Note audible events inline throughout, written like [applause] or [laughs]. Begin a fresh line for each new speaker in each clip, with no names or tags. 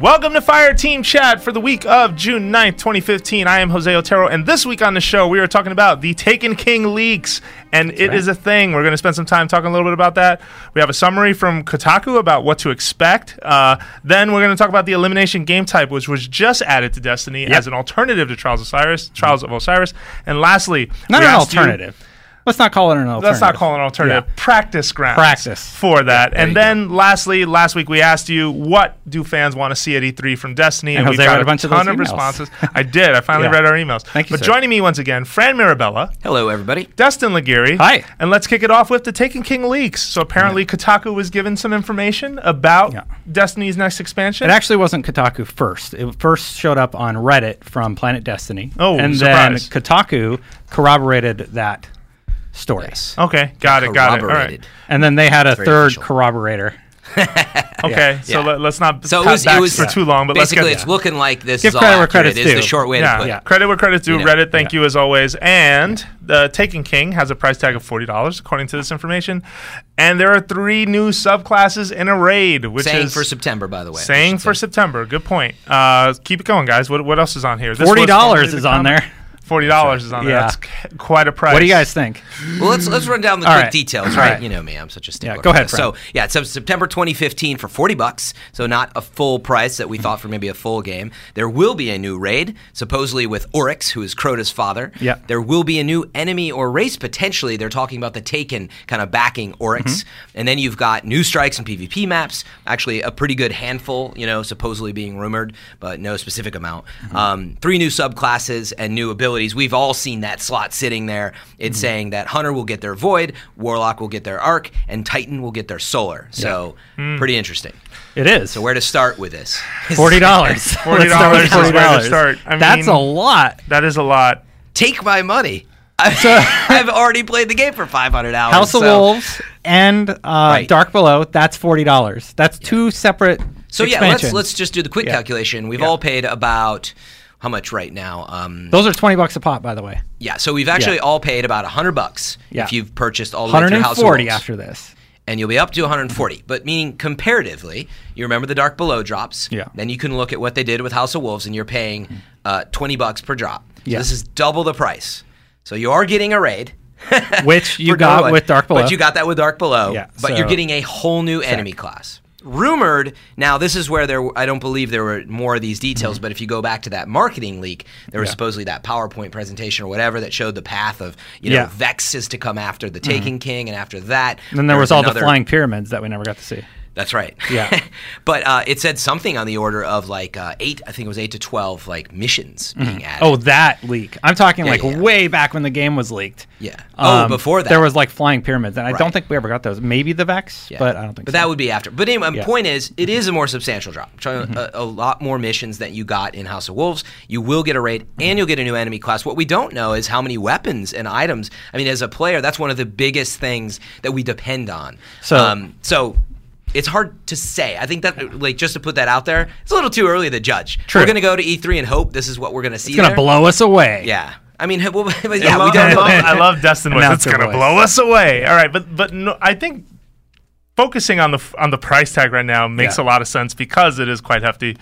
Welcome to Fire Team Chat for the week of June 9th, 2015. I am Jose Otero, and this week on the show, we are talking about the Taken King leaks, and it is
right.
a thing. We're going to spend some time talking a little bit about that. We have a summary from Kotaku about what to expect. Uh, then we're going to talk about the elimination game type, which was just added to Destiny as an alternative to Trials of Osiris. Trials of Osiris, and lastly,
Not
we
an
asked you-
alternative. Let's not call it an alternative.
Let's not call it an alternative. Practice grounds.
Practice.
for that.
you
and then, lastly, last week we asked you what do fans want to see at E3 from Destiny,
And
we
Jose
got
read a bunch of
ton
those
of
emails.
responses. I did. I finally
[laughs] Yeah.
read our emails.
Thank you,
But
sir.
joining me once again, Fran Mirabella,
Hello, everybody.
Destin Legary.
Hi.
And let's kick it off with the Taken King leaks. So apparently, Kotaku was given some information about
Yeah.
Destiny's next expansion.
It actually wasn't Kotaku first. It first showed up on Reddit from Planet Destiny.
Oh,
and
surprise.
then Kotaku corroborated that story.
okay, got it, got it. All right.
Corroborated.
And then they had a
very
third
official.
corroborator.
Okay, so
[laughs] Yeah.
Let, us not
So
pat
it was,
backs
it was
for too long, but let's
basically
get
it's looking like this
Give
is all
credit where
accurate.
credit's
is
due.
the short way to
Yeah,
put
yeah.
it.
credit where credit's due.
know.
Reddit, thank you as always. And the Taken King has a price tag of forty dollars, according to this information. And there are three new subclasses in a raid, which
Saying
is
for September, by the way. I
saying
should
for
say.
September. Good point. Uh, keep it going, guys. What what else is on here? This was
Forty dollars
formerly
is
the
on
comic.
there.
Forty dollars is on there.
Yeah.
That's c- quite a price.
What do you guys think?
Well, let's let's run down the
All
quick
right.
details,
All
right?
right.
You know me, I'm such a stickler.
Yeah, go
for
ahead,
this.
Fran.
So yeah, it's September 2015 for 40 bucks, so not a full price that we thought for maybe a full game. There will be a new raid, supposedly with Oryx, who is Crota's father.
Yeah.
There will be a new enemy or race potentially. They're talking about the Taken kind of backing Oryx,
Mm-hmm.
and then you've got new strikes and PvP maps. Actually, a pretty good handful, you know, supposedly being rumored, but no specific amount.
Mm-hmm.
Um, three new subclasses and new abilities. We've all seen that slot sitting there.
Mm-hmm.
It's saying that Hunter will get their Void, Warlock will get their Arc, and Titan will get their Solar. So pretty interesting.
It is.
So where to start with this?
Mm.
[laughs]
Forty dollars.
$40 is where to start. I
That's
mean-
a lot.
That is a lot.
[laughs] Take my money. [laughs] I've already played the game for 500 hours.
House of
so-
Wolves and uh, Dark Below. That's forty dollars. That's two separate.
So yeah, let's
expansions.
let's just do the quick
Yeah.
calculation. We've all paid about how much right now? Um,
Those are twenty bucks a pop, by the way.
yeah, so we've actually
Yeah. all
all paid about hundred bucks
Yeah.
if you've purchased all the way
Hundred
through
and
House of
forty
Wolves,
after this.
and you'll be up to 140. But meaning comparatively, you remember the Dark Below drops.
Yeah. Mm-hmm.
Then you can look at what they did with House of Wolves, and you're paying uh, 20 bucks per drop. So
Yeah.
This is double the price. So you are getting a raid. [laughs]
Which you
for
got
Dark
with Dark Below.
But you got that with Dark Below.
Yeah,
but
so-
you're getting a whole new enemy class. Rumored, now this is where there, were- I don't believe there were more of these details, but if you go back to that marketing leak, there was
Mm-hmm. Yeah.
supposedly that PowerPoint presentation or whatever that showed the path of, you know,
Yeah. Mm-hmm.
Vex is to come after the Taken King, and after that.
And then there was all
another-
the flying pyramids that we never got to see.
That's right.
Yeah.
[laughs] but uh, it said something on the order of like uh, eight, I think it was eight to 12, like missions being added.
Oh, that leak. I'm talking like
yeah, yeah.
way back when the game was leaked.
Yeah. Oh,
Um,
before that.
There was like flying pyramids, and I don't
Right.
think we ever got those. Maybe the Vex,
Yeah.
but I don't think
But
so.
that would be after. But anyway, my
Yeah. Mm-hmm.
point is, it is a more substantial drop. Try- A, a lot more missions that you got in House of Wolves. You will get a raid,
Mm-hmm.
and you'll get a new enemy class. What we don't know is how many weapons and items. I mean, as a player, that's one of the biggest things that we depend on. Um,
So-
so. It's hard to say. I think that, like, just to put that out there, it's a little too early to judge.
True.
We're going to go to E3 and hope this is what we're going to see.
It's going to
there.
blow us away.
Yeah. I mean, [laughs] well, yeah, we
I love, I [laughs]
don't
love,
know.
I love Destin with it's
Announcer
gonna
voice.
blow us away. All right, but but no, I think focusing on the f- on the price tag right now makes
Yeah.
a lot of sense because it is quite hefty.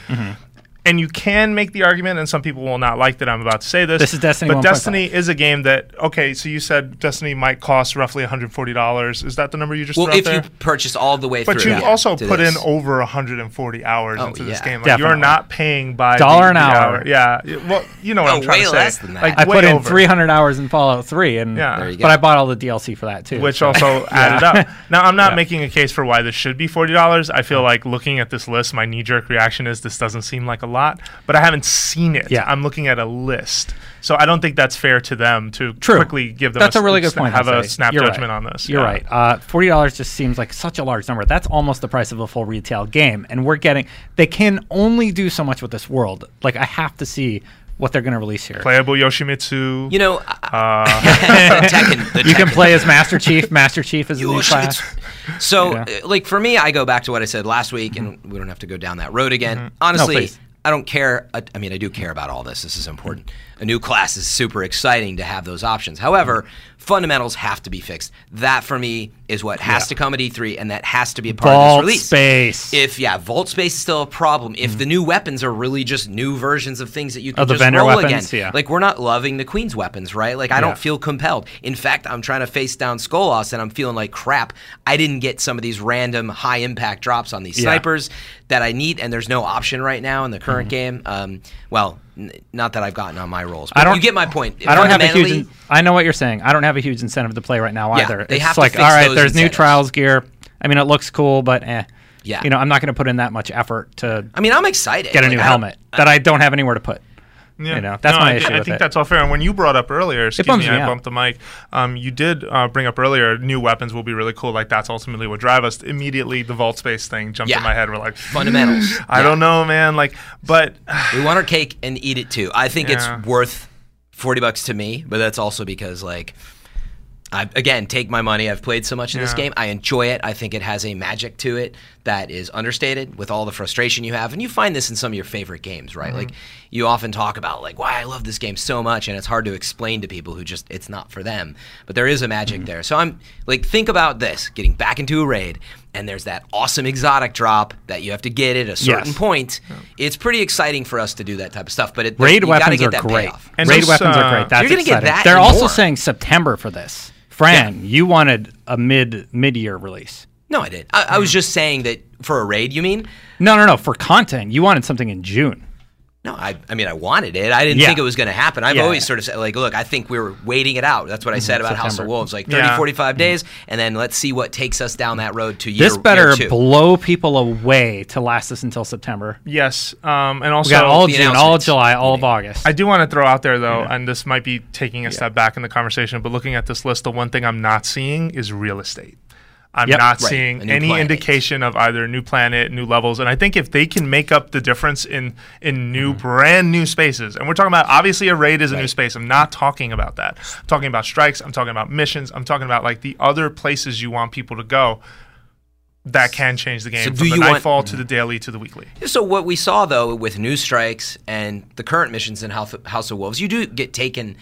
And you can make the argument, and some people will not like that I'm about to say this.
This is Destiny
but
1.5.
Destiny is a game that okay. So you said Destiny might cost roughly 140 dollars. Is that the number you just
[laughs] Well,
threw out
if
there?
you purchase all the way
but
through.
you've
yeah,
also
to
put
this.
in over 140 hours
Oh,
into this
yeah.
game. Like, you're
Definitely.
not paying by
Dollar
the-
an
the
hour.
Yeah. Y- Well, you know what
Oh,
I'm trying
way
to say.
less than that.
Like,
I put
way
in
over.
300 hours in Fallout 3, and
Yeah. There
you go.
but I bought all the DLC for that too.
which
so- [laughs]
also added up. Now, I'm not
Yeah.
making a case for why this should be forty dollars. I feel like looking at this list, my knee jerk reaction is this doesn't seem like a lot, but I haven't seen it.
Yeah.
I'm looking at a list, so I don't think that's fair to them to
True.
quickly give them.
That's a,
s-
really good
sna-
point.
Have a
Jose.
snap
You're
judgment
right.
on this.
You're
Yeah.
right. Uh, Forty dollars just seems like such a large number. That's almost the price of a full retail game, and we're getting. They can only do so much with this world. Like I have to see what they're going to release here.
Playable Yoshimitsu.
You know, I-
uh,
Tekken, [laughs] the
[laughs] You can
Tekken.
play as Master Chief. Master Chief is a new class.
[laughs] So,
Yeah. Mm-hmm.
uh, like for me, I go back to what I said last week, and we don't have to go down that road again. Honestly,
please.
I don't care. I, I
Mm-hmm.
mean, I do care about all this. This is important. A new class is super exciting to have those options. However, fundamentals have to be fixed. That for me is what has to come at E3, and that has to be a part
Vault
of this release.
space.
If yeah, vault space is still a problem. If the new weapons are really just new versions of things that you
Mm-hmm.
can
Of the
just
vendor
roll
weapons,
again,
yeah.
like we're not loving the queen's weapons, right? Like I
Yeah.
don't feel compelled. In fact, I'm trying to face down Skolas, and I'm feeling like crap. I didn't get some of these random high impact drops on these
Yeah.
snipers that I need, and there's no option right now in the current game. Um, well, n- not that I've gotten on my rolls.
Mm-hmm.
But
I don't-
You get my point.
I don't have a huge.
Fundamentally,
in- I know what you're saying. I don't have a huge incentive to play right now
Yeah,
either.
they
it's
have to
like,
fix
all right,
those
there's new
incentives.
trials gear. I mean, it looks cool, but eh.
Yeah.
You know, I'm not going to put in that much effort to
I mean, I'm excited.
get a
Like,
new
I don't-
helmet that I don't have anywhere to put.
Yeah.
You know, that's
No,
my
I,
issue
I
with
think
it.
that's all fair. And when you brought up earlier, excuse
bums
me,
me
I
out.
bumped the mic. Um, you did uh, bring up earlier new weapons will be really cool. Like that's ultimately what drive us. Immediately, the vault space thing jumped
Yeah.
in my head. We're like
[laughs]
Fundamentals.
I
Yeah.
don't know, man. Like, but [sighs]
We want our cake and eat it too. I think
Yeah.
it's worth forty bucks to me, but that's also because like I again take my money. I've played so much in this
Yeah.
game. I enjoy it. I think it has a magic to it that is understated with all the frustration you have. And you find this in some of your favorite games,
Mm-hmm.
right? Like you often talk about like why I love this game so much and it's hard to explain to people who just it's not for them. But there is a magic
Mm-hmm.
there. So I'm like think about this, getting back into a raid and there's that awesome exotic drop that you have to get at a certain
Yes.
point. It's pretty exciting for us to do that type of stuff, but it,
Raid
you gotta
weapons
get
are
that
great.
payoff.
And
Raid
those,
weapons
uh,
are great. That's
You're gonna get
exciting.
that
They're
and
also
more.
saying September for this. Fran, you wanted a mid mid year release.
No, I did. I, I was just saying that for a raid. You mean?
No, no, no. For content, you wanted something in June.
No, I, I mean I wanted it. I didn't
Yeah.
think it was going to happen. I've
Yeah,
always
yeah.
sort of said like, look, I think we were waiting it out. That's what I said about House of
September.
Wolves, like 30,
Mm-hmm. Yeah. Mm-hmm.
45 days, and then let's see what takes us down that road to year.
This better
year two.
blow people away to last us until September.
yes, um, and also
We got all
the
June, all
announcements.
July, all of August.
I do want to throw out there though, and this might be taking a step back in the conversation, but looking at this list, the one thing I'm not seeing is real estate. I'm
Yep.
not
Right. A
seeing
new
any
planet.
indication of either new planet, new levels, and I think if they can make up the difference in in new,
Mm-hmm.
brand new spaces, and we're talking about obviously a raid is a new space. I'm not talking about that. I'm talking about strikes. I'm talking about missions. I'm talking about like the other places you want people to go. That can change the game
So
from
do
the
you want- Mm-hmm.
nightfall to the daily to the weekly.
So what we saw though with new strikes and the current missions in House House of Wolves, you do get taken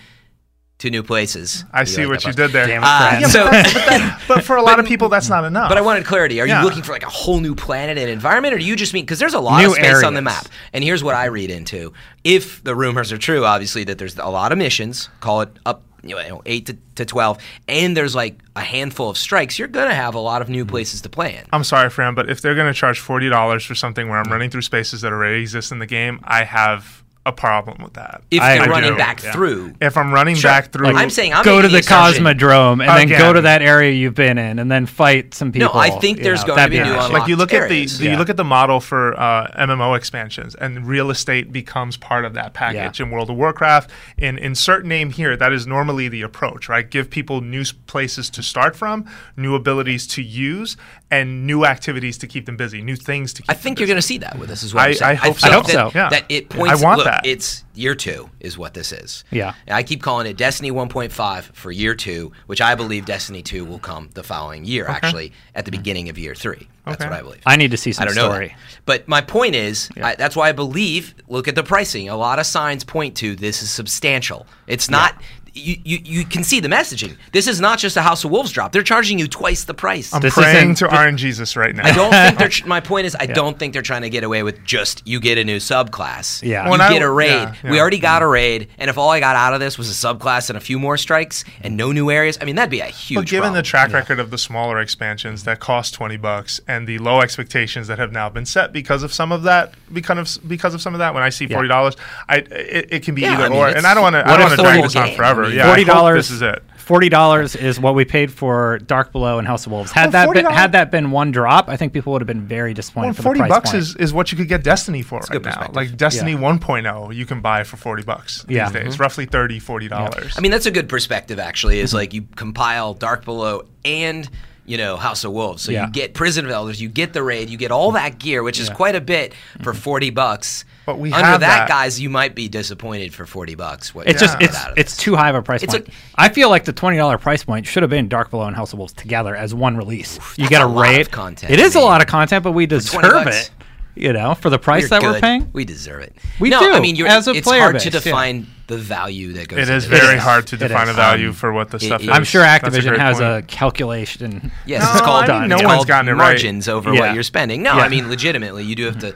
to new places.
I see what
like that
you
phrase.
did there.
Damn it,
Uh,
Fran.
[laughs]
so. [laughs]
but for a lot of people, that's not enough.
But I wanted clarity. Are
Yeah.
you looking for like a whole new planet and environment, or do you just mean because there's a lot
New
of space on the
areas.
map? And here's what I read into: if the rumors are true, obviously that there's a lot of missions. Call it up, you know, eight to, to twelve, and there's like a handful of strikes. You're gonna have a lot of
Mm-hmm.
new places to play in.
I'm sorry, Fran, but if they're going to charge forty dollars for something where I'm running through spaces that already exist in the game, I have a problem with that.
If
I-
you're
I
running
do,
back
yeah.
through,
if I'm running back through,
I'm saying I'm
go to
making
the
assumption-
Cosmodrome and then go
Again.
to that area you've been in and then fight some people.
I think
you
there's
know,
going
that'd
to be new
nice.
unlock-
like you look at the,
areas.
the- you
Yeah.
look at the model for uh, MMO expansions, and real estate becomes part of that package
Yeah.
in World of Warcraft. In insert name here, that is normally the approach, right? Give people new s- places to start from, new abilities to use, and new activities to keep them busy, new things to keep.
I
them
think you're
busy.
going to see that with this as well.
I- I hope so.
I hope
that,
so. Yeah.
That it
Yeah.
points.
I want
look,
that.
It's year two is what this is.
Yeah.
And I keep calling it Destiny 1.5 for year two, which I believe Destiny 2 will come the following year. Actually, at the beginning of year three. That's
Mm-hmm. Okay.
what I believe.
I need to see some
I don't know. that.
story.
But my point is, I, that's why I believe. Look at the pricing. A lot of signs point to this is substantial. It's not. You, you you can see the messaging. This is not just a House of Wolves drop. They're charging you twice the price.
I'm
This
praying
isn't-
to RNGesus right now.
I don't
[laughs]
think they're. Tr- my point is, I don't think they're trying to get away with just you get a new subclass.
Yeah.
you
When
I-
get a raid.
yeah,
We
yeah.
already got a raid, and if all I got out of this was a subclass and a few more strikes and no new areas, I mean that'd be a huge.
But given the
problem.
track record of the smaller expansions that cost twenty bucks and the low expectations that have now been set because of some of that, because of because of some of that, when I see forty dollars, I it, it can be
Yeah,
either
I mean,
or,
it's-
and I don't want to I
what
don't want to
if the
drag
whole
this on
game?
forever.
I mean,
yeah, I hope
Forty dollars.
This is it.
Forty dollars is what we paid for Dark Below and House of Wolves.
Well,
Had that been,
$40
had that been one drop, I think people would have been very disappointed.
Well,
for
forty
the price
bucks
point.
is, is what you could get Destiny for right
good
now.
perspective.
Like Destiny
Yeah.
1.0, you can buy for forty bucks
Yeah.
these days, roughly 30 dollars.
Mm-hmm. I mean, that's a good perspective actually. Is like you compile Dark Below and you know House of Wolves, so
Yeah.
you get Prison of Elders, you get the raid, you get all that gear, which is quite a bit for
Mm-hmm.
forty bucks.
But we
under
have
that,
that.
guys, you might be disappointed for forty bucks. What
It's
you're
just
gonna get
it's
out of
it's
this.
too high of a price
It's
point.
a-
I feel like the twenty dollar price point should have been Dark Below and House of Wolves together as one release. you get
that's
a,
a lot
raid
of content,
It is
I
a
mean.
lot of content, but we
20
deserve
bucks.
it. you know, for the price that
You're
we're
good.
paying.
We deserve it.
We
no,
do,
I mean, you're,
as a
it's
player
hard
base,
to
yeah.
define the value that goes.
It is
into this.
very
is.
hard to
It
define a
is.
value
Um,
for what the
it
stuff
is.
is.
I'm
I'm sure
That's a
Activision
great
has
point.
a calculation.
Yes,
No,
it's called
I mean, no
it's
one's
called
gotten it right.
margins over
Yeah.
what you're spending. No,
Yeah.
I mean legitimately, you do have to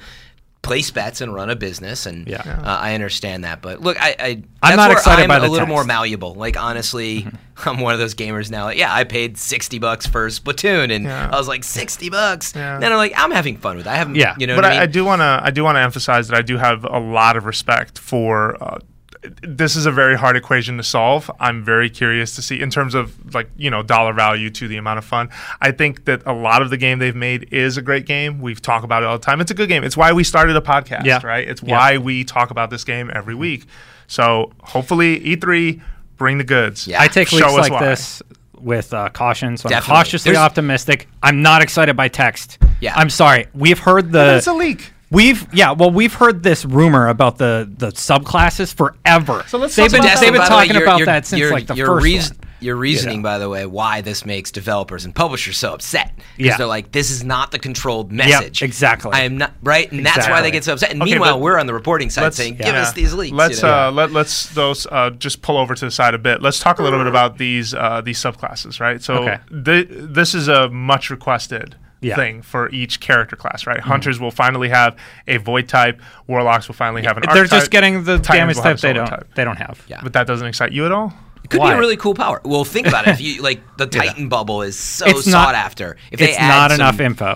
place bets and run a business, and
Yeah. Yeah.
uh, I understand that. But look, I, I
I'm
that's
not
where
excited
I'm
by the
a little more
text.
malleable. Like honestly,
Mm-hmm.
I'm one of those gamers now. Like, yeah, I paid sixty bucks for Splatoon, and
Yeah.
I was like sixty bucks.
Yeah.
And then I'm like, I'm having fun with. It. I haven't.
Yeah.
you know.
but
what
I,
I, mean?
I do want to I do want to emphasize that I do have a lot of respect for. Uh, this is a very hard equation to solve. I'm very curious to see in terms of like you know dollar value to the amount of fun. I think that a lot of the game they've made is a great game. We've talked about it all the time. It's a good game. It's why we started a podcast,
Yeah.
right? It's
Yeah.
why we talk about this game every week. So hopefully E3 bring the goods.
Yeah.
I take
Show
leaks
us
like
why.
this with uh, caution, so
Definitely.
I'm cautiously
There's-
optimistic. I'm not excited by text.
Yeah.
I'm sorry. We've heard the
It's a leak.
We've yeah, well, we've heard this rumor about the the subclasses forever. So
let's
they've
talk
been
about that.
they've
So
been
by the way,
talking
your-
about
your-
that since
your-
like the
your
first
reas-
one.
Your reasoning, by the way, why this makes developers and publishers so upset because
Yeah.
they're like, "This is not the controlled message."
exactly.
I am not right, and that's why they
Exactly.
get so upset. And
Okay,
meanwhile,
but
we're on the reporting side
let's-
saying,
yeah.
"Give us these leaks."
Let's
you know?
uh, let, let's those uh, just pull over to the side a bit. Let's talk a little bit about these uh, these subclasses, right? So
Okay.
th- this is a much requested
Yeah.
thing for each character class,
Mm-hmm.
right? Hunters will finally have a void type. Warlocks will finally have an.
They're
archetype,
just getting the
Titans
damage
will have
type
a
they
solo
don't they don't have.
Yeah.
But that doesn't excite you at all.
could be
why?
a really cool power. Well, think about it. If you like,
[laughs]
the Titan bubble is so
It's not-
sought after. If they
it's
add
not
some-
enough info.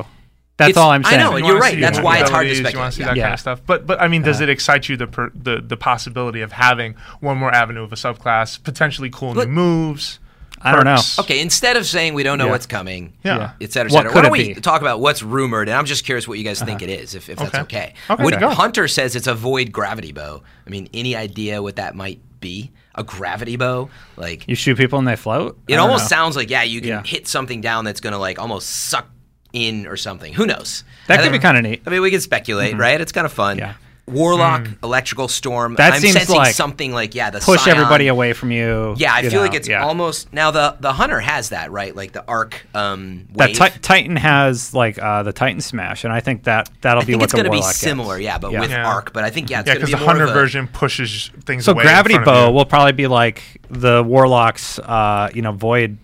That's
It's-
all I'm
I
saying.
know, and
You
you're
wanna
right.
see
That's
the
why it's hard to
abilities, You want to see
speculate. Uh-huh.
that
Yeah.
kind of stuff. But but I mean, does it excite you the, per, the the possibility of having one more avenue of a subclass, potentially cool
Look-
new moves?
I don't know.
perks?
Okay, instead of saying we don't know
Yeah.
what's coming,
Yeah.
et cetera, et
What
cetera,
could
why don't
it
we
be? Uh-huh.
talk about what's rumored? And I'm just curious what you guys think it is, if, if that's okay.
Okay,
Would-
go.
Hunter says it's a void gravity bow. I mean, any idea what that might be? A gravity bow? Like,
You shoot people and they float? I
it
don't
almost
know.
sounds like, yeah, you can
Yeah.
hit something down that's going to, like, almost suck in or something. Who knows?
That
I
could be
think-
kinda neat.
I mean, we can speculate, right? It's kind of fun.
Yeah. Hmm.
Warlock, electrical storm.
That
I'm
seems
sensing
like
something like, yeah, the
push
scion-
everybody away from you.
yeah, I
you
feel like
know,
it's
yeah.
almost now the the hunter has that right, like the arc um,
that
wave.
ti- Titan has like uh, the Titan Smash, and I think that that'll
I
be
think
what
it's
the
going to be
Warlock gets.
similar, yeah, but
Yeah.
with
Yeah.
arc. But I think yeah, it's
Yeah,
going to
because the
be more
hunter
of a,
version pushes things.
So
away in
gravity
front of
bow
you.
will probably be like the Warlock's, uh, you know, void,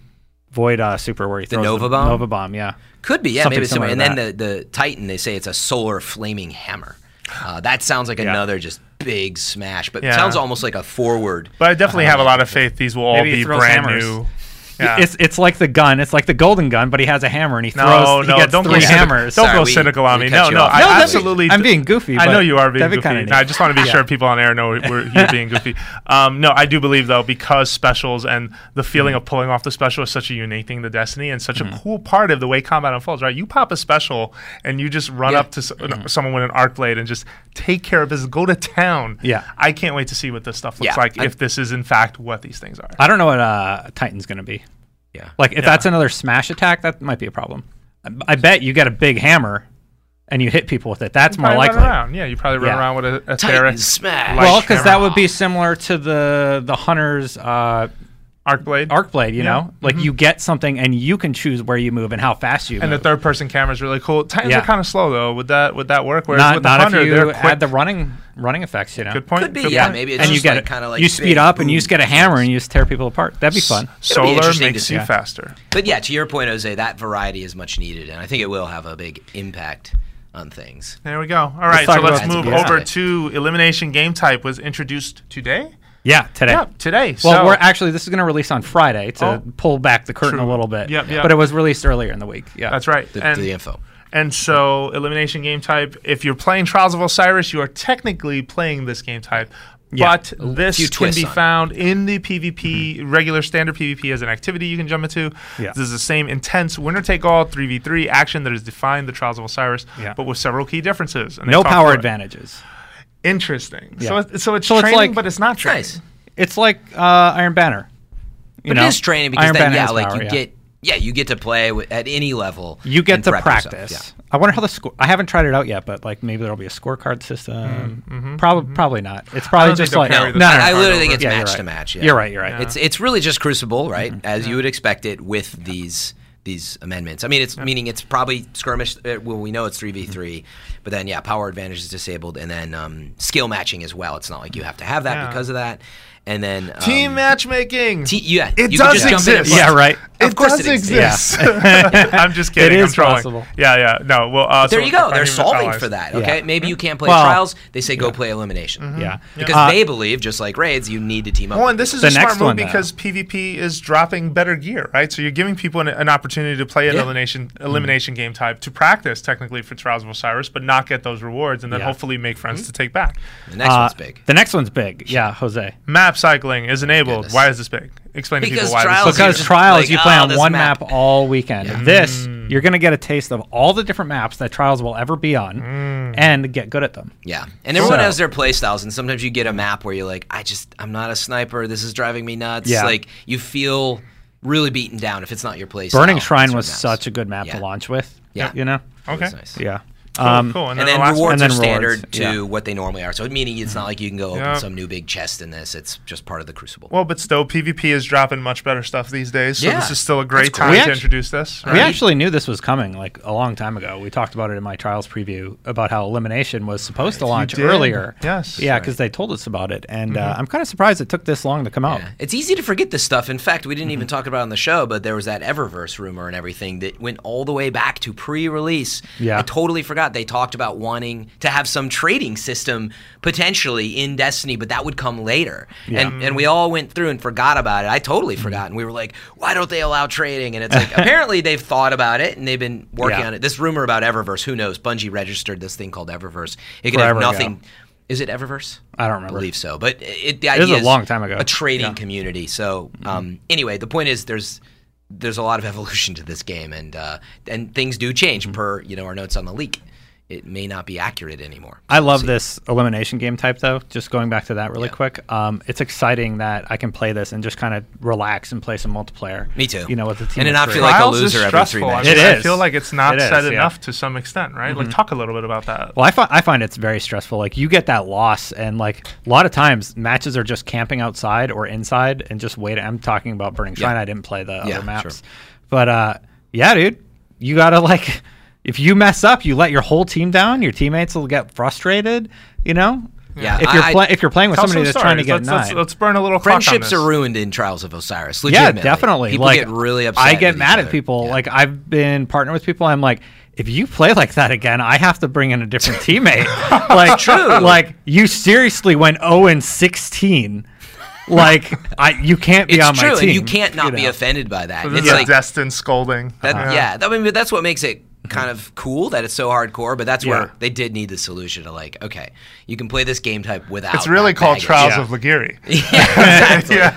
void uh, super where he throws
Nova Bomb?
Nova bomb, yeah.
could be yeah,
something
maybe similar. And
similar to
then the, the titan, they say it's a solar flaming hammer. Uh, that sounds like another just big smash, but
Yeah.
sounds almost like a forward.
But I definitely have a lot of faith these will all
Maybe he
be
throws
brand
hammers.
new. Yeah.
It's it's like the gun. It's like the golden gun, but he has a hammer and he throws.
no,
he
no,
gets
don't
three
go
hammers.
Cynical. Don't
Sorry,
go
we-
cynical on
we
me.
cut
No,
you
no,
off.
I
No, that'd be-
absolutely.
I'm being goofy,
I know
but
you are being
that'd be
goofy.
kinda
No, I
neat.
just
[laughs]
want to be sure people on air know we're, you being goofy. Um, no, I do believe though because specials and the feeling of pulling off the special is such a unique thing to Destiny and such
Mm-hmm.
a cool part of the way combat unfolds. Right, you pop a special and you just run
Yeah.
up to s- someone with an arc blade and just take care of business, go to town.
Yeah.
I can't wait to see what this stuff looks
Yeah,
like
I'm-
if this is in fact what these things are.
I don't know what uh, Titan's going to be.
Yeah.
Like if that's another smash attack, that might be a problem. I, I bet you get a big hammer, and you hit people with it. That's more
Probably run
likely.
around. Yeah, you probably run
Yeah.
around with a, a
Titan
ferret
smash.
Like-
Well, because that
hammer.
would be similar to the the hunter's uh,
arc blade.
arc blade. You
Yeah. Mm-hmm.
know, like you get something, and you can choose where you move and how fast you
and the
move.
third person camera is really cool. Titans
Yeah.
are kind of slow though. Would that would that work? Whereas
not
with the
not
hunter,
if you
they're quick.
add the running running effects. You know,
good point.
Could be,
good
yeah,
point.
maybe it's
and you
just
get
like, kind of like
you speed
big
up, and you
boom
just get a hammer, and you just tear people apart. That'd be fun.
be
Solar
interesting to
makes
see.
you
Yeah.
faster.
But yeah, to your point, Jose, that variety is much needed, and I think it will have a big impact on things.
There we go. All right,
talk
so let's
about-
move
Yeah.
over to elimination game type was introduced today.
Yeah, today.
Yeah, today.
Well,
so
we're actually this is going to release on Friday to
Oh.
pull back the curtain
True.
a little bit.
Yep, yep.
But it was released earlier in the week. Yeah,
that's right.
The,
and,
the info.
and so elimination game type. If you're playing Trials of Osiris, you are technically playing this game type. But this
few
can
twists
be
on it. Mm-hmm.
found in the PvP, regular standard PvP as an activity you can jump into.
Yeah.
This is the same intense winner take all 3v3 action that has defined the Trials of Osiris,
Yeah.
but with several key differences. And they
No
talk
power
through it.
advantages.
Interesting. So,
Yeah.
it, so it's
So it's
training,
like-
but it's not training.
Nice.
It's like uh, Iron Banner. You
But
know?
it is training because
Iron
then,
Banner
yeah,
has
like
power,
you
yeah.
get, yeah, you get to play w- at any level.
you get
and
to
prep yourself.
practice.
Yeah.
I wonder how the score. I haven't tried it out yet, but like maybe there'll be a scorecard
Mm,
system. Probably, probably not. It's
mm-hmm, don't
probably
think
just
they'll
like
carry
no,
the
no,
scorecard
no,
I
no.
over.
literally think it's
Yeah, you're
match to
right.
match. Yeah.
You're right. You're right.
It's it's really just Crucible, right? As you would expect it with these these amendments. I mean, it's meaning it's probably skirmish. uh, Well, we know it's three
Mm-hmm.
v three, but then yeah, power advantage is disabled, and then um, skill matching as well. It's not like you have to have that
Yeah.
because of that. And then um,
Team matchmaking.
te- yeah,
It
you can
does
just jump in and
exist.
[laughs] Yeah,
punch.
right.
Of
it
course
does
it exists.
exist. [laughs] I'm just kidding.
It
I'm
is
trolling.
possible.
Yeah, yeah. No, well, uh,
There
so
you
I
go.
can't
They're
even
solving
allies.
for that.
Yeah.
Okay, maybe you can't play
Well-
trials. They say go play elimination.
Yeah.
because
Uh,
they believe just like raids, you need to team up.
Well, and this is
The
a smart
next
move
one, though.
because PvP is dropping better gear, right? So you're giving people an, an opportunity to play an
Yeah.
elimination
Mm.
elimination game type to practice technically for Trials of Osiris, but not get those rewards, and then
Yeah. Mm-hmm.
hopefully make friends to take back.
the next
uh,
one's big.
The next one's big. Yeah, Jose.
Map cycling is enabled.
goodness.
Why is this big? Explain to
Because
people why
Trials
this is big.
Because
just
trials,
like,
you play
"Oh,
on
this
one
map."
map. all weekend. This,
Mm.
you're going to get a taste of all the different maps that trials will ever be on
Mm.
and get good at them.
Yeah, and everyone
So-
has their play styles, and sometimes you get a map where you're like, I just, I'm not a sniper. This is driving me nuts.
Yeah.
Like you feel really beaten down if it's not your place.
Burning Shrine was such a good map
Yeah.
to launch with.
Yeah.
You know?
okay,
Yeah.
cool,
um,
cool.
And, then
the last
rewards
one-
And then
are
rewards,
standard to
yeah.
what they normally are. So meaning it's not like you can go open
Yeah.
some new big chest in this. It's just part of the Crucible.
Well, but still, PvP is dropping much better stuff these days. So
Yeah.
this is still a great
That's cool.
time
We
to
actu-
introduce this.
We
Right?
actually knew this was coming like a long time ago. We talked about it in my trials preview about how elimination was supposed to launch
did.
earlier.
Yes.
Yeah, because they told us about it, and uh, I'm kind of surprised it took this long to come out.
Mm-hmm. Yeah. It's easy to forget this stuff. In fact, we didn't even
Mm-hmm.
talk about it on the show, but there was that Eververse rumor and everything that went all the way back to pre-release.
Yeah.
I totally forgot they talked about wanting to have some trading system potentially in Destiny, but that would come later. And and we all went through and forgot about it. I
Mm-hmm.
totally forgot, and we were like, why don't they allow trading? And
[laughs]
it's like apparently they've thought about it and they've been working
Yeah.
on it. This rumor about Eververse, who knows? Bungie registered this thing called Eververse. It could
Forever ago.
have nothing. Is it Eververse?
I don't remember.
believe so, but it, the
It was
idea
a long time ago.
A trading
Yeah. Mm-hmm.
community. So um, anyway, the point is there's there's a lot of [laughs] evolution to this game, and uh, and things do change
Mm-hmm.
per you know our notes on the leak. It may not be accurate anymore.
I love this elimination game type, though. Just going back to that really quick, um, it's exciting that I can play this and just kind of relax and play some multiplayer.
Me too.
You know, with the team.
And it
of
not
three.
feel like- a
Trials is
loser every three
stressful. I,
matches.
mean,
It
I
is.
feel like it's not
It is,
said
yeah. Mm-hmm.
enough to some extent, right? Like, talk a little bit about that.
Well, I, fi- I find it's very stressful. Like you get that loss, and like a lot of times matches are just camping outside or inside and just wait. I'm talking about Burning Shrine.
Yeah.
I didn't play the
Yeah,
other maps,
sure.
but uh, yeah, dude, you gotta like [laughs] if you mess up, you let your whole team down. Your teammates will get frustrated. You know,
Yeah,
If you're
I-
pla- if you're playing with
Tell
somebody
some
that's trying to
stories.
get
let's, let's,
nine.
let's burn a little clock on
Friendships
this.
are ruined in Trials of Osiris.
yeah,
Legitimately.
definitely.
People
like
get really upset.
I
with
get
each
mad at
other.
people.
Yeah.
Like I've been partnered with people. I'm like, if you play like that again, I have to bring in a different
[laughs]
teammate. like
True.
Like you seriously went 0 and 16. Like I, you can't be
it's
on
true,
my team.
and you can't not
know?
be offended by that.
This
It's
is
like
a destined scolding.
That, yeah. that- I mean, that's what makes it kind of cool that it's so hardcore. But that's
Mm-hmm. Yeah.
where they did need the solution to like, okay, you can play this game type without.
It's really
that
called
baggage.
Trials
Yeah.
of
[laughs]
Ligiri. [laughs]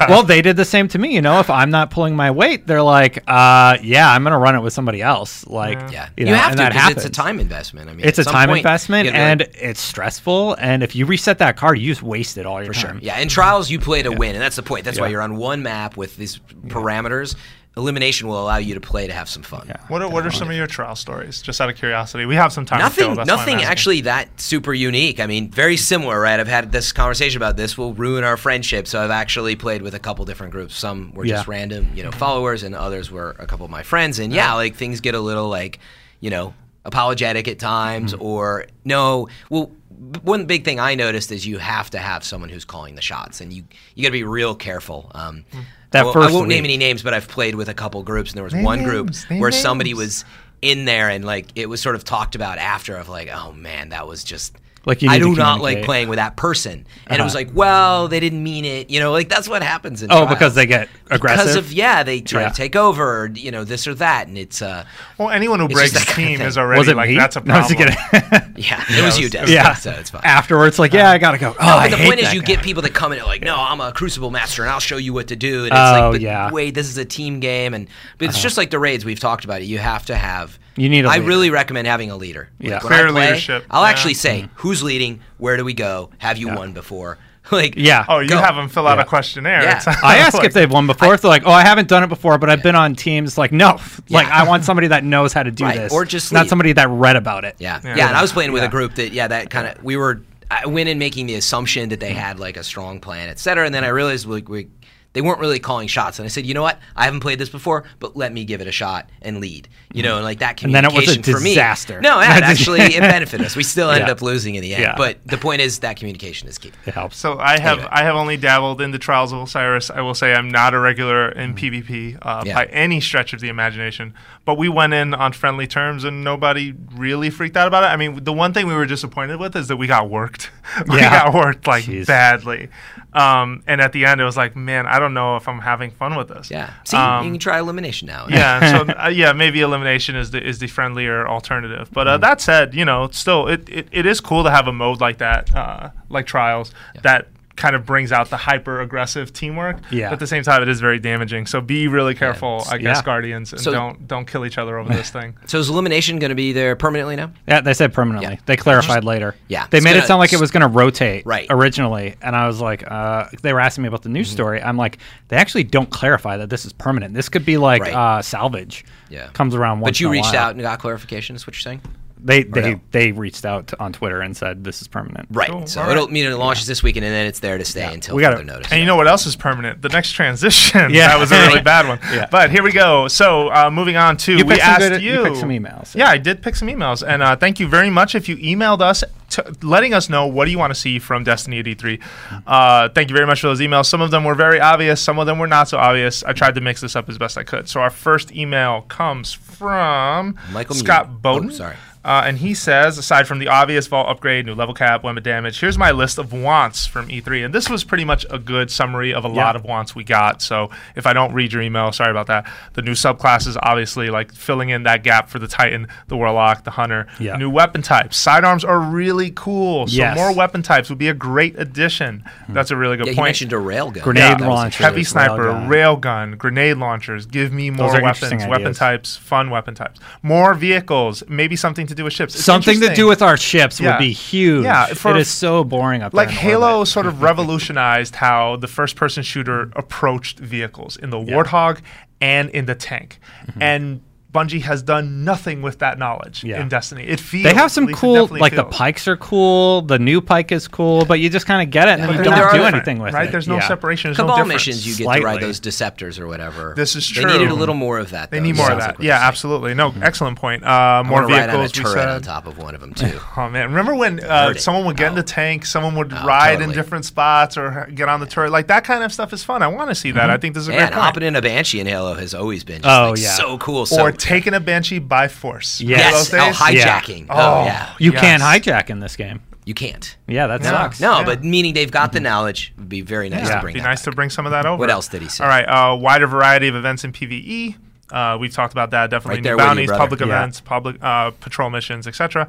Well, they did the same to me. You know, if I'm not pulling my weight, they're like, uh, "Yeah, I'm gonna run it with somebody else." Like,
Yeah,
you,
you,
know,
have
and
to
that
because it's
happens.
a time investment. I mean,
It's a
at some
time
point,
investment,
you gotta be like-
and it's stressful. And if you reset that card, you just wasted all your time.
yeah, in trials you play to win, and that's the point. That's why you're on one map with these parameters. Elimination will allow you to play to have some fun.
What are, what are some of your trial stories? Just out of curiosity, we have some time. to
Nothing,
kill, that's why I'm
nothing
asking.
actually that super unique. I mean, very similar, right? I've had this conversation about this will ruin our friendship. So I've actually played with a couple different groups. Some were just
Yeah.
random, you know, followers, and others were a couple of my friends. And yeah, like things get a little like, you know, apologetic at times,
Mm-hmm.
or no, well. b- One big thing I noticed is you have to have someone who's calling the shots, and you you got to be real careful. Um,
Mm.
That
I won't- I
first
won't name
week.
any names, but I've played with a couple groups, and there was
Name
one group
names, name
where somebody
names.
was was in there and like it was sort of talked about after of like oh man that was just
Like, you
I
need
do
to
not like
communicate. Uh-huh.
playing with that person and it was like well they didn't mean it you know like that's what happens in
Oh,
trials.
because they get aggressive.
because of yeah they try
Yeah.
to take over or, you know this or that and it's uh
Well, anyone who
It's
breaks
just that kind of
team
thing.
is already
was it
like
me?
[laughs] that's a
[laughs] No, I'm just
problem.
kidding.
yeah it
[laughs]
was you Destiny,
yeah.
so it's fine
Afterwards, like, yeah, I gotta go. Oh,
No, but
I
the
hate
point is,
that
you
guy.
get people that come in and are like, "No, I'm a Crucible master, and I'll show you what to do." And it's
Oh,
like, but
yeah. Uh-huh.
wait, this is a team game, and but it's just like the raids we've talked about. It. You have to have.
You need a
I
leader.
really recommend having a leader.
Yeah. Mm-hmm.
when I
Fair
play,
leadership.
I'll
Yeah.
actually say, "Who's leading? Where do we go? Have you won before?" [laughs] like,
Yeah.
Oh, you
Go.
have them fill out a questionnaire.
Yeah.
It's- [laughs]
[laughs]
I ask
like,
if they've won before. if they're like, oh, I haven't done it before, but I've been on teams. Like, no, like I
[laughs]
want somebody that knows how to do
Right,
this,
or just
not
leave.
somebody that read about it.
Yeah.
Yeah.
Yeah. and I was playing with a group that, yeah, that kind of, we were, I went in making the assumption that they had like a strong plan, et cetera. And then I realized we, we, they weren't really calling shots. And I said, you know what? I haven't played this before, but let me give it a shot and lead. You know, and like that
Mm-hmm. And then it was a
communication for me.
disaster. [laughs]
No, yeah, it actually it benefited us. We still ended
Yeah.
up losing in the end.
Yeah.
But the point is that communication is key.
It helps.
So I have
Anyway.
I have only dabbled in the Trials of Osiris. I will say I'm not a regular in
Mm-hmm.
PvP uh,
Yeah.
by any stretch of the imagination. But we went in on friendly terms, and nobody really freaked out about it. I mean, the one thing we were disappointed with is that we got worked. [laughs] we
Yeah.
got worked like
Jeez.
badly. Um, and at the end, it was like, man, I don't know if I'm having fun with this.
Yeah. See, you can try elimination now.
Um, [laughs] yeah, so uh, yeah, maybe elimination is the is the friendlier alternative. But
Mm.
uh, that said, you know, it's still it, it, it is cool to have a mode like that, uh, like trials that kind of brings out the hyper aggressive teamwork.
Yeah.
But at the same time, it is very damaging. So be really careful, I guess,
Yeah.
guardians, and
So-
don't don't kill each
[laughs]
other over this thing.
So is elimination going to be there permanently now?
Yeah, they said permanently.
Yeah.
They clarified later.
Yeah.
They
It's
made
gonna-
it sound like it was going to rotate
Right. Mm-hmm.
originally. And I was like, uh, they were asking me about the news story. I'm like, they actually don't clarify that this is permanent. This could be like
Right.
uh, salvage.
Yeah.
Comes around once
But you
in a
reached
while.
out and got clarification. Is what you're saying?
They, they,
no?
they reached out to, on Twitter and said, this is permanent.
Right.
Cool.
So
Oh, All right.
it'll mean it launches this weekend, and then it's there to stay until
We gotta-
further notice.
And you know what else is permanent? The next transition.
[laughs] Yeah.
that was a really bad one.
[laughs] Yeah.
But here we go. So uh, moving on to
You
we
picked some
asked
good- you
you.
picked some emails.
Yeah, I did pick some emails, and uh, thank you very much if you emailed us, t- letting us know what do you want to see from Destiny at E3.
Mm-hmm.
Uh, thank you very much for those emails. Some of them were very obvious, some of them were not so obvious. I tried to mix this up as best I could. So our first email comes from
Michael
Scott
Mew.
Bowden.
Oh, sorry.
Uh, and he says, aside from the obvious vault upgrade, new level cap, weapon damage, here's my list of wants from E3. And this was pretty much a good summary of a lot of wants we got. So if I don't read your email, sorry about that. The new subclasses, obviously, like filling in that gap for the Titan, the Warlock, the Hunter.
Yeah.
New weapon types. Sidearms are really cool. So
Yes. Hmm.
more weapon types would be a great addition. That's a really good
yeah, you
point.
mentioned a railgun.
Grenade
That was
launcher.
Heavy
Railgun.
sniper, railgun, grenade launchers. Give me more
are
weapons,
interesting
weapon
ideas.
types, fun weapon types. More vehicles, maybe something to do with ships. It's
Something to
interesting.
do with our ships
Yeah.
would be huge.
Yeah, for-
it is so boring up
like
there. in
Halo
orbit.
sort of revolutionized how the first person shooter approached vehicles in the Warthog and in the tank. And Bungie has done nothing with that knowledge
Mm-hmm. Yeah.
in Destiny. It feels
They have some
at least it
cool,
definitely
like the
feels.
pikes are cool. The new pike is cool, but you just kind of get it and
But
then you
they're
don't
not
do
different,
anything with
right?
it.
There's no
Yeah.
separation. There's no
Cabal
difference.
missions, you get to ride
Slightly.
those deceptors or whatever.
This is
They needed a
true.
little more of that.
They
though,
need more of
sounds like
that.
what
Yeah,
you're saying.
absolutely. No, excellent point. Uh,
I
more
wanna ride on a
vehicles. We
turret on
said.
top of one
[laughs]
of them too.
Oh man! Remember when uh,
it.
someone would get in the
Oh.
tank, someone would ride in
totally.
different spots, or h- get on the turret? Like that kind of stuff is fun. I want to see that. I think this is a
Man,
great point.
hopping in a banshee in Halo has always been just
Oh,
like,
yeah.
so cool. So
or taking a banshee by force. Remember
Yes.
those
yes, oh,
days?
hijacking.
Oh.
Oh yeah,
You
Yes.
can't hijack in this game.
you can't.
Yeah, that sucks.
No,
Yeah.
but meaning they've got the knowledge would be very nice
Yeah.
to bring.
be
that
nice
back.
to bring some of that over.
What else did he say?
All right, uh, wider variety of events in PVE. Uh, we've talked about that definitely.
Right
New
there with you,
bounties,
brother.
public
Yeah.
events, public uh, patrol missions, etc.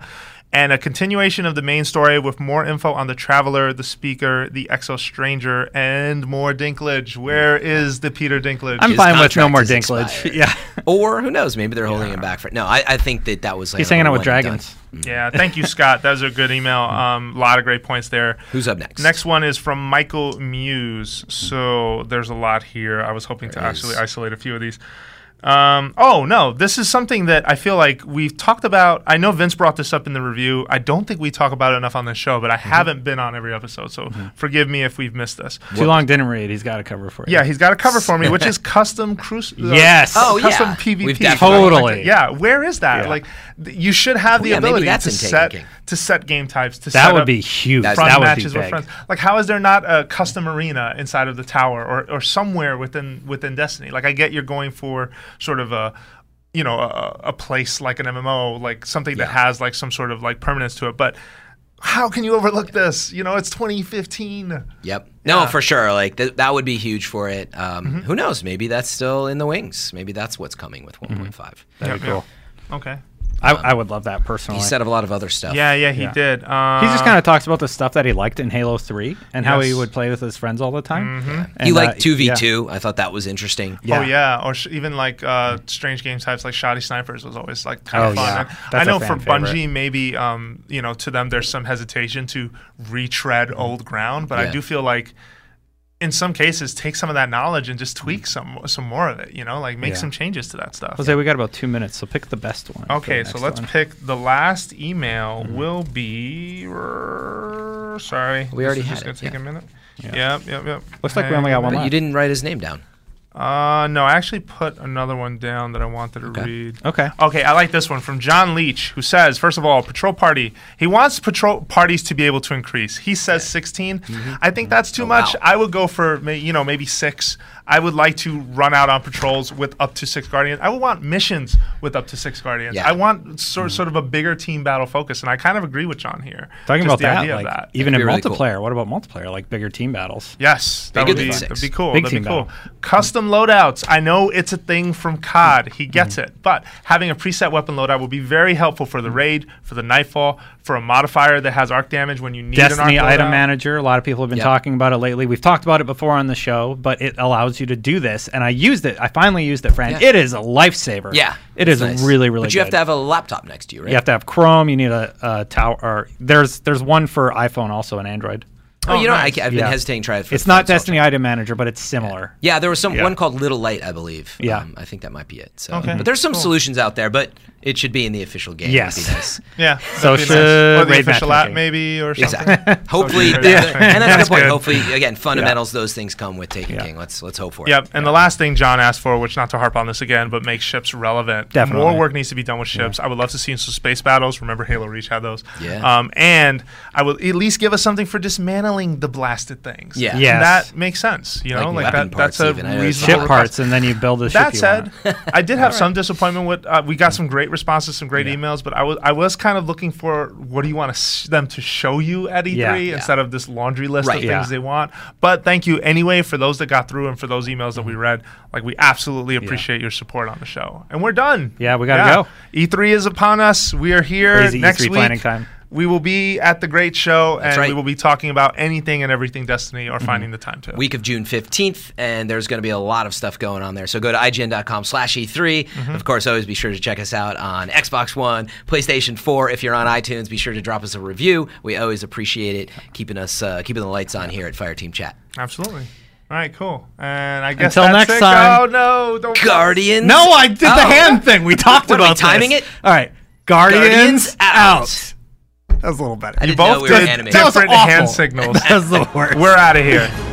And a continuation of the main story with more info on the traveler, the speaker, the exo stranger, and more Dinklage. Where is the Peter Dinklage?
I'm
His
fine with no
contract
more
is
Dinklage.
expired.
Yeah,
Or who knows? Maybe they're holding him back for. No, I, I think that that was. Like
he's
a
hanging out
one
with
and done.
dragons.
yeah, thank you, Scott. That was a good email. Um, a lot of great points there.
Who's up next?
Next one is from Michael Muse. So there's a lot here. I was hoping to
There is.
actually isolate a few of these. Um, oh no, this is something that I feel like we've talked about. I know Vince brought this up in the review. I don't think we talk about it enough on the show, but I
Mm-hmm.
haven't been on every episode, so forgive me if we've missed this.
Too long didn't read. He's got a cover for you.
Yeah, he's got a cover for me, which
[laughs]
is custom cruise. uh,
Yes. Oh,
custom
yeah.
PvP.
We've definitely-
Totally.
Yeah, where is that?
Yeah.
Like, th- you should have the
yeah, maybe
ability
that's
to
in Taken
set
King.
to set game types. To
that
set
would
up
be huge.
That's-
front
That would be
matches with
big.
friends. Like, how is there not a custom arena inside of the tower or, or somewhere within within Destiny? Like, I get you're going for sort of a you know a, a place like an MMO, like something that has like some sort of like permanence to it, but. How can you overlook this? You know, it's 2015.
Yep.
Uh,
No, for sure. Like th- that would be huge for it. Um,
Mm-hmm.
Who knows? Maybe that's still in the wings. Maybe that's what's coming with
Mm-hmm.
1.5.
That'd be
Yeah,
cool.
yeah. Okay.
I, I would love that personally.
He said a lot of other stuff.
Yeah, yeah, he
Yeah.
did. Uh,
He just kind of talks about the stuff that he liked in Halo 3 and how he
Yes. Mm-hmm.
would play with his friends all the time. And,
He
uh,
liked
yeah.
2v2. I thought that was interesting.
Oh
Yeah.
yeah, or sh- even like uh, strange game types like Shoddy Snipers was always like kind
Oh,
of fun.
yeah.
And
That's
I
a
know
fan
for
favorite.
Bungie, maybe um, you know to them there's some hesitation to retread old ground, but I
Yeah.
do feel like in some cases take some of that knowledge and just tweak some some more of it. You know, like make
Mm-hmm. Yeah.
some changes to that stuff.
Jose, we got about two minutes, so pick the best one. Mm-hmm. for the
Okay, so
next
let's
one.
pick the last email. Will be Sorry.
We already
this is
had it,
just gonna take
yeah.
a minute. Yep, yep, yep.
Looks like we only got
Hang
one
But
left.
you didn't write his name down.
on. Uh, no, I actually put another one down that I wanted to
Okay.
read.
Okay.
Okay, I like this one from John Leach, who says, first of all, patrol party. He wants patrol parties to be able to increase. He says 16.
Mm-hmm.
I think that's too
Oh,
much.
wow.
I would go for, may- you know, maybe six. I would like to run out on patrols with up to six guardians. I would want missions with up to six guardians.
Yeah.
I want sort,
Mm-hmm.
sort of a bigger team battle focus, and I kind of agree with John here.
Talking
Just
about that,
idea of
like, even in
That'd be really cool.
multiplayer, what about multiplayer? Like bigger team battles.
Yes, that
Bigger
would
than
be,
six.
that'd be cool.
Big
that'd
team
be cool.
battle.
Custom loadouts. I know it's a thing from COD.
Mm-hmm.
He gets it. But having a preset weapon loadout will be very helpful for
Mm-hmm.
the raid, for the nightfall, for a modifier that has arc damage when you need
Destiny
an arc
item
loadout.
manager. A lot of people have been
Yep.
talking about it lately. We've talked about it before on the show, but it allows you to do this, and I used it. I finally used it, friend.
Yeah.
It is a lifesaver.
Yeah,
it
it's
is
nice.
really, really.
But you have
good.
to have a laptop next to you, right?
You have to have Chrome. You need a, a tower. Or there's there's one for iPhone also and Android.
Oh,
Oh,
you know,
nice.
I, have been
Yeah.
hesitating to try it. For
It's not
for myself.
Destiny Item Manager, but it's similar.
Yeah, there was some
Yeah.
one called Little Light, I believe. Um,
Yeah.
I think that might be it. So,
Okay.
but there's some
Cool.
solutions out there, but it should be in the official game.
Yes.
It'd be nice.
Yeah.
So
that'd be
should
Or the
raid
official app,
matchmaking.
maybe, or something.
[laughs]
Exactly. [laughs] Hopefully,
Yeah.
that- and that's,
That's
a good point.
good.
Hopefully, again, fundamentals, those things come with Taken
Yeah.
King. Let's let's hope for it.
Yep. And the last thing John asked for, which not to harp on this again, but make ships relevant.
Definitely.
More work needs to be done with ships. I would love to see some space battles. Remember, Halo Reach had those.
Yeah.
Um, and I will at least give us something for dismantling the blasted things.
Yeah.
And
Yes.
That makes sense. You
Like
know, like,
weapon
that, that's
parts
a
even. I know it's
reasonable
Ship
Well,
request.
parts, and then you build the ship.
That
you
said,
want. [laughs]
I did have some disappointment with. Uh, we got some great responses, some great emails, but I was I was kind of looking for what do you want to s them to show you at E3
Yeah. Yeah.
instead of this laundry list
Right.
of
Yeah.
things they want. But thank you anyway for those that got through and for those emails that we
Mm-hmm.
read. Like we absolutely appreciate your support on the show, and we're done.
Yeah, we gotta go.
E3 is upon us. We are here
Crazy
next
E3
week.
planning time.
We will be at the great show, and
right.
we will be talking about anything and everything Destiny or
Mm-hmm.
finding the time to.
week of June 15th, and there's going to be a lot of stuff going on there. So go to IGN.com slash E3. Of course, always be sure to check us out on Xbox One, PlayStation 4. If you're on iTunes, be sure to drop us a review. We always appreciate it, keeping us uh, keeping the lights on here at Fireteam Chat.
Absolutely. All right, cool. And I guess
Until
that's
next
it.
time.
Oh no, don't
Guardians.
no, I did the
Oh.
hand thing. We talked
What, are we
about this.
timing it?
All right, Guardians,
Guardians
out.
out.
That was a little better.
I
You
didn't know
both
we were
did
animated.
[laughs] That was
different
awful.
hand signals.
That was the worst.
We're out of here.